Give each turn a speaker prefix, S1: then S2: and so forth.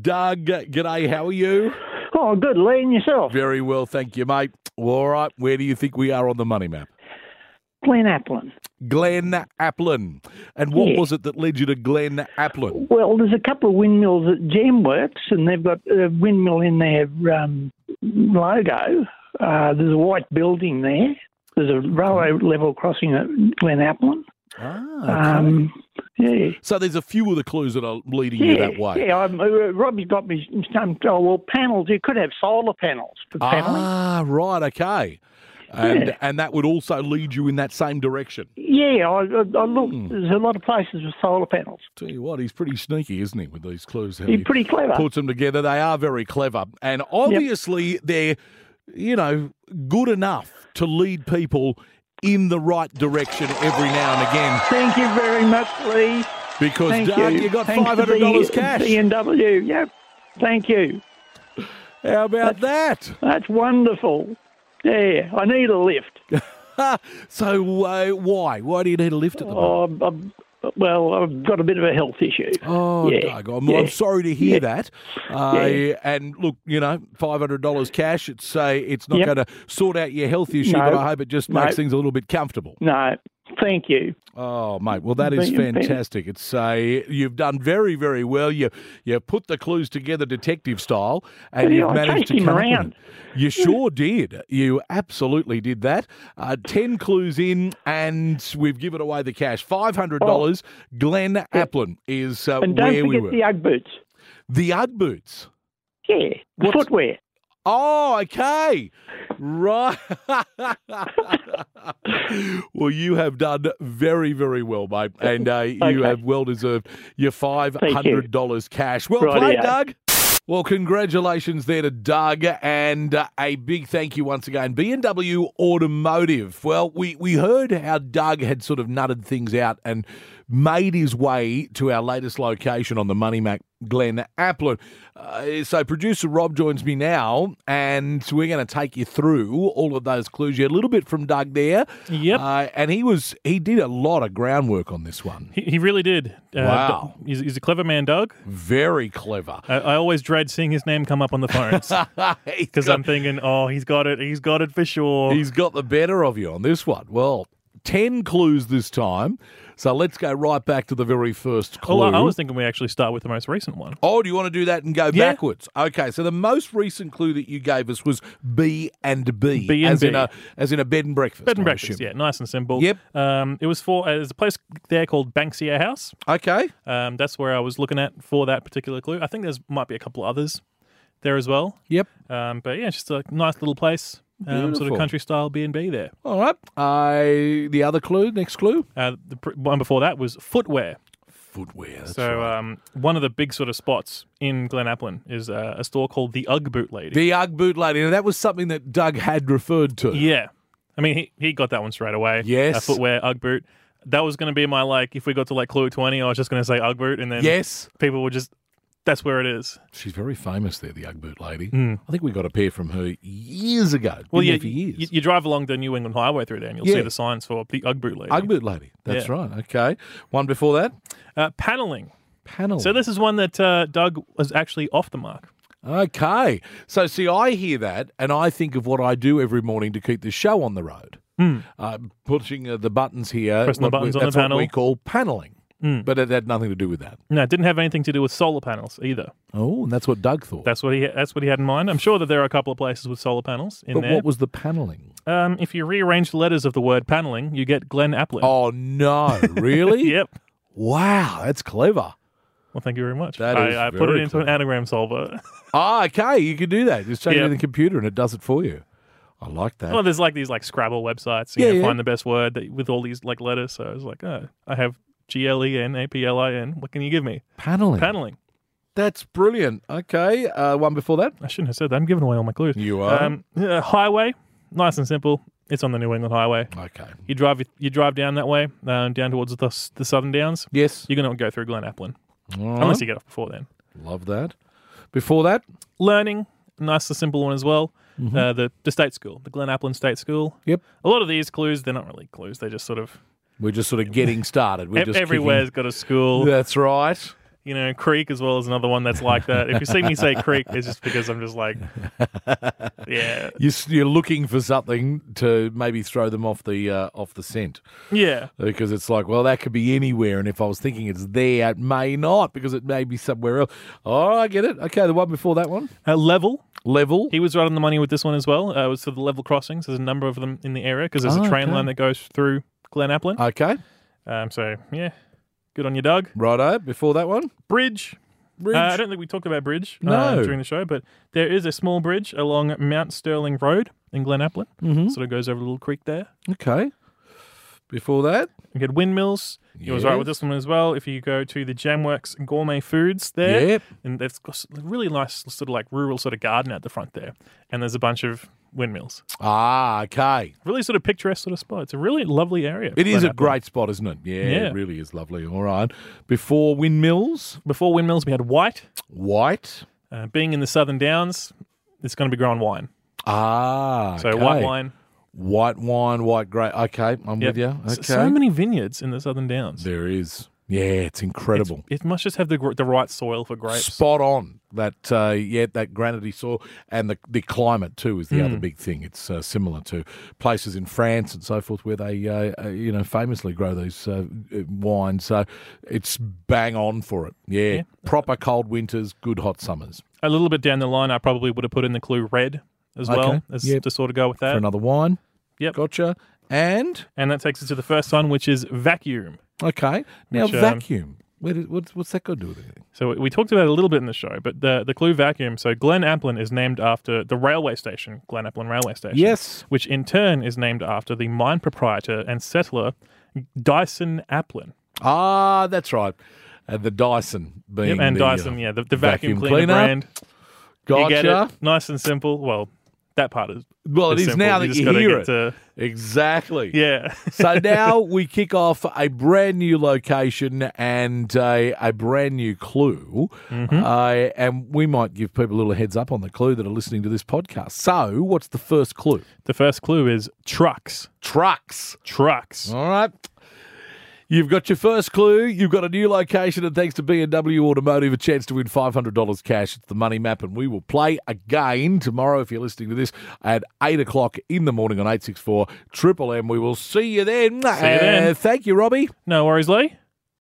S1: Doug, g'day, how are you?
S2: Oh, good, Lee, and yourself.
S1: Very well, thank you, mate. All right, where do you think we are on the money map?
S2: Glen Applin.
S1: Glen Applin. And what
S2: Yeah.
S1: was it that led you to Glen Applin?
S2: Well, there's a couple of windmills at Gem Works, and they've got a windmill in their um, logo. Uh, there's a white building there. There's a railway level crossing at Glen Applin.
S1: Ah, okay.
S2: Um, yeah.
S1: so there's a few of the clues that are leading you
S2: Yeah,
S1: that way.
S2: yeah. I'm, uh, Robbie's got me some. Oh well, panels. You could have solar panels for family.
S1: Ah, right, okay. And
S2: Yeah.
S1: and that would also lead you in that same direction.
S2: Yeah, I, I, I look.
S1: Hmm.
S2: There's a lot of places with solar panels.
S1: Tell you what, he's pretty sneaky, isn't he, with these clues? how
S2: You're
S1: he
S2: pretty clever.
S1: puts them together. They are very clever, and obviously they're you know good enough to lead people in the right direction every now and again.
S2: Thank you very much, Lee.
S1: Because
S2: Thank
S1: Doug, you,
S2: you.
S1: got
S2: Thanks
S1: five
S2: to
S1: hundred dollars
S2: the
S1: cash.
S2: BMW. Yep. Thank you.
S1: How about that?
S2: That's wonderful. Yeah, I need a lift.
S1: so uh, why why do you need a lift at the moment?
S2: Oh, I'm- I'm- well, I've got a bit of a health issue.
S1: Oh,
S2: yeah,
S1: Doug, I'm,
S2: yeah.
S1: I'm sorry to hear
S2: Yeah.
S1: that. Uh,
S2: Yeah.
S1: And look, you know, five hundred dollars cash. It's uh, it's not
S2: Yep.
S1: going to sort out your health issue,
S2: No.
S1: but I hope it just
S2: No.
S1: makes things a little bit comfortable.
S2: No, thank you.
S1: Oh, mate. Well, that is
S2: Thank you, Peter.
S1: fantastic. It's uh, you've done very, very well. You you put the clues together, detective style, and
S2: Yeah,
S1: you've
S2: I
S1: managed
S2: chased
S1: to
S2: him
S1: come up with
S2: around.
S1: it. You sure did. You absolutely did that. Uh, Ten clues in, and we've given away the cash. Five hundred dollars. Glenn Applin is uh,
S2: Oh. And don't
S1: where we
S2: forget
S1: were.
S2: the Ugg boots.
S1: The Ugg boots.
S2: Yeah, the
S1: What's-
S2: footwear.
S1: Oh, okay. Right. well, you have done very, very well, mate. And uh, you
S2: Okay.
S1: have well deserved your $500 cash. Well
S2: Rightio.
S1: played, Doug. Well, congratulations there to Doug, and uh, a big thank you once again, BMW Automotive. Well, we we heard how Doug had sort of nutted things out and made his way to our latest location on the Money Mac, Glen Applin. Uh, so, producer Rob joins me now, and we're going to take you through all of those clues. You had a little bit from Doug there,
S3: Yep.
S1: uh, and he was he did a lot of groundwork on this one.
S3: He, he really did. Uh,
S1: Wow.
S3: D- He's, he's a clever man, Doug.
S1: Very clever.
S3: I, I always dread seeing his name come up on the phones because I'm thinking, oh, he's got it. He's got it for sure.
S1: He's got the better of you on this one. Well, 10 clues this time. So let's go right back to the very first clue.
S3: Well, I, I was thinking we actually start with the most recent one.
S1: Oh, do you want to do that and go
S3: Yeah.
S1: backwards? Okay, so the most recent clue that you gave us was B and B,
S3: B and
S1: as in
S3: B.
S1: a as in a bed and breakfast.
S3: Bed
S1: I
S3: and breakfast,
S1: assume.
S3: yeah, nice and simple.
S1: Yep.
S3: Um, it was for uh, there's a place there called Banksia House.
S1: Okay,
S3: Um, that's where I was looking at for that particular clue. I think there's might be a couple others there as well.
S1: yep,
S3: Um, but yeah, it's just a nice little place, um, sort
S1: Beautiful.
S3: of country style B and B there.
S1: all right. I the other clue, next clue,
S3: Uh, the pr- one before that was footwear.
S1: footwear. That's
S3: So um, one of the big sort of spots in Glen Applin is uh, a store called the Ugg Boot Lady.
S1: the UGG boot lady. Now that was something that Doug had referred to.
S3: yeah, I mean he, he got that one straight away.
S1: Yes.
S3: uh, footwear Ugg boot. That was going to be my like if we got to like clue twenty, I was just going to say Ugg boot, and then
S1: Yes,
S3: people would just that's where it is.
S1: she's very famous there, the UGG boot lady.
S3: Hmm.
S1: I think we got a pair from her years ago. Been there
S3: you,
S1: for years.
S3: you you drive along the New England Highway through there, and you'll
S1: Yeah.
S3: see the signs for the Ugg boot Lady.
S1: Ugg boot lady. That's
S3: Yeah.
S1: right. Okay. One before that,
S3: uh, paneling.
S1: panel.
S3: So this is one that uh, Doug was actually off the mark.
S1: okay. So, see, I hear that and I think of what I do every morning to keep the show on the road. Uh, pushing uh, the buttons here.
S3: Pressing the
S1: what we-
S3: buttons on the
S1: that's
S3: panel.
S1: what we call paneling. But it had nothing to do with that.
S3: No, it didn't have anything to do with solar panels either.
S1: Oh, and that's what Doug thought.
S3: That's what he that's what he had in mind. I'm sure that there are a couple of places with solar panels in
S1: but
S3: there.
S1: what was the paneling?
S3: um, if you rearrange the letters of the word paneling, you get Glen Applin.
S1: Oh, no. Really?
S3: Yep.
S1: Wow. That's clever.
S3: Well, thank you very much.
S1: That
S3: I,
S1: is
S3: I put
S1: very
S3: it into an
S1: clever.
S3: anagram solver.
S1: Ah, okay. You can do that. Just change it
S3: Yep.
S1: in the computer and it does it for you. I like that.
S3: well, there's like these like Scrabble websites. You
S1: Yeah,
S3: know,
S1: yeah.
S3: find the best word that, with all these like letters. So I was like, oh, I have G L E N A P L I N. What can you give me?
S1: paneling.
S3: Paneling.
S1: That's brilliant. Okay. Uh, one before that?
S3: I shouldn't have said that. I'm giving away all my clues.
S1: You are.
S3: Um, uh, highway. Nice and simple. It's on the New England Highway.
S1: Okay.
S3: You drive you drive down that way, um, down towards the, the Southern Downs.
S1: Yes.
S3: You're gonna go through Glen Applin,
S1: All right.
S3: unless you get off before then.
S1: Love that. Before that,
S3: learning, nice and simple one as well. Uh, the the state school, the Glen Applin State School.
S1: Mm-hmm. Yep.
S3: A lot of these clues, they're not really clues. They're just sort of
S1: we're just sort of getting started. We're
S3: ev-
S1: just
S3: everywhere's got a school.
S1: kicking- That's right.
S3: you know, Creek as well is another one that's like that. If you see me say Creek, it's just because I'm just like, yeah,
S1: You're, s- you're looking for something to maybe throw them off the uh, off the scent
S3: yeah,
S1: because it's like, well, that could be anywhere, and if I was thinking it's there, it may not because it may be somewhere else. Oh, I get it. Okay, the one before that one,
S3: uh, level.
S1: level.
S3: He was right on the money with this one as well. Uh, it was for the level crossings. There's a number of them in the area because there's
S1: Oh,
S3: a train
S1: okay. Uh,
S3: line that goes through Glen Applin.
S1: Okay,
S3: Um, so yeah, good on you, Doug.
S1: righto. Before that one,
S3: Bridge.
S1: bridge.
S3: Uh, I don't think we talked about bridge uh,
S1: No.
S3: during the show, but there is a small bridge along Mount Sterling Road in Glen Applin.
S1: Mhm.
S3: Sort of goes over a little creek there.
S1: Okay. Before that,
S3: You get windmills. You was right with this one as well. If you go to the Jamworks Gourmet Foods there,
S1: Yep.
S3: and they've got a really nice sort of like rural sort of garden at the front there, and there's a bunch of windmills.
S1: Ah, okay.
S3: Really sort of picturesque sort of spot. It's a really lovely area.
S1: It is
S3: Glen
S1: a
S3: Applin.
S1: great spot, isn't it? Yeah,
S3: Yeah.
S1: it really is lovely. All right. Before windmills,
S3: Before windmills, we had white.
S1: white.
S3: Uh, being in the Southern Downs, it's going to be growing wine.
S1: Ah,
S3: So
S1: okay.
S3: white wine.
S1: white wine, white grape. Okay, I'm
S3: Yep.
S1: with you.
S3: S-
S1: Okay,
S3: So many vineyards in the Southern Downs.
S1: there is. Yeah, it's incredible.
S3: It must just have the gr- the right soil for grapes.
S1: Spot on that. Uh, yeah, that granity soil and the the climate too is the
S3: Mm.
S1: other big thing. It's uh, similar to places in France and so forth where they uh, uh, you know famously grow these uh, uh, wines. So it's bang on for it. Yeah, proper cold winters, good hot summers
S3: a little bit down the line, I probably would have put in the clue red as
S1: Okay,
S3: well as
S1: yep.
S3: to sort of go with
S1: for
S3: that.
S1: another wine.
S3: Yep.
S1: gotcha. And
S3: And that takes us to the first one, which is vacuum.
S1: okay, now
S3: Which, um,
S1: vacuum. Where did, what's, what's that got to do with anything?
S3: So we talked about it a little bit in the show, but the the clue vacuum. So Glen Applin is named after the railway station, Glen Applin Railway Station.
S1: Yes.
S3: Which in turn is named after the mine proprietor and settler Dyson Applin.
S1: Ah, that's right. And the Dyson being
S3: Yep, and
S1: the, uh,
S3: Dyson, yeah, the, the vacuum,
S1: vacuum
S3: cleaner,
S1: cleaner.
S3: brand. You
S1: Gotcha.
S3: get it. Nice and simple. Well, that part is.
S1: Well, it
S3: is
S1: is
S3: simple.
S1: now that
S3: just
S1: you
S3: gotta
S1: hear
S3: get
S1: it.
S3: to-
S1: Exactly.
S3: yeah.
S1: so now we kick off a brand new location and a, a brand new clue.
S3: Mm-hmm.
S1: Uh, and we might give people a little heads up on the clue that are listening to this podcast. So, what's the first clue?
S3: the first clue is trucks.
S1: Trucks.
S3: Trucks.
S1: All right. You've got your first clue. You've got a new location, and thanks to B&W Automotive, a chance to win $500 cash. It's the Money Map, and we will play again tomorrow if you're listening to this at 8 o'clock in the morning on 864 Triple M. We will see you then. See
S3: then.
S1: Thank you, Robbie.
S3: No worries, Lee.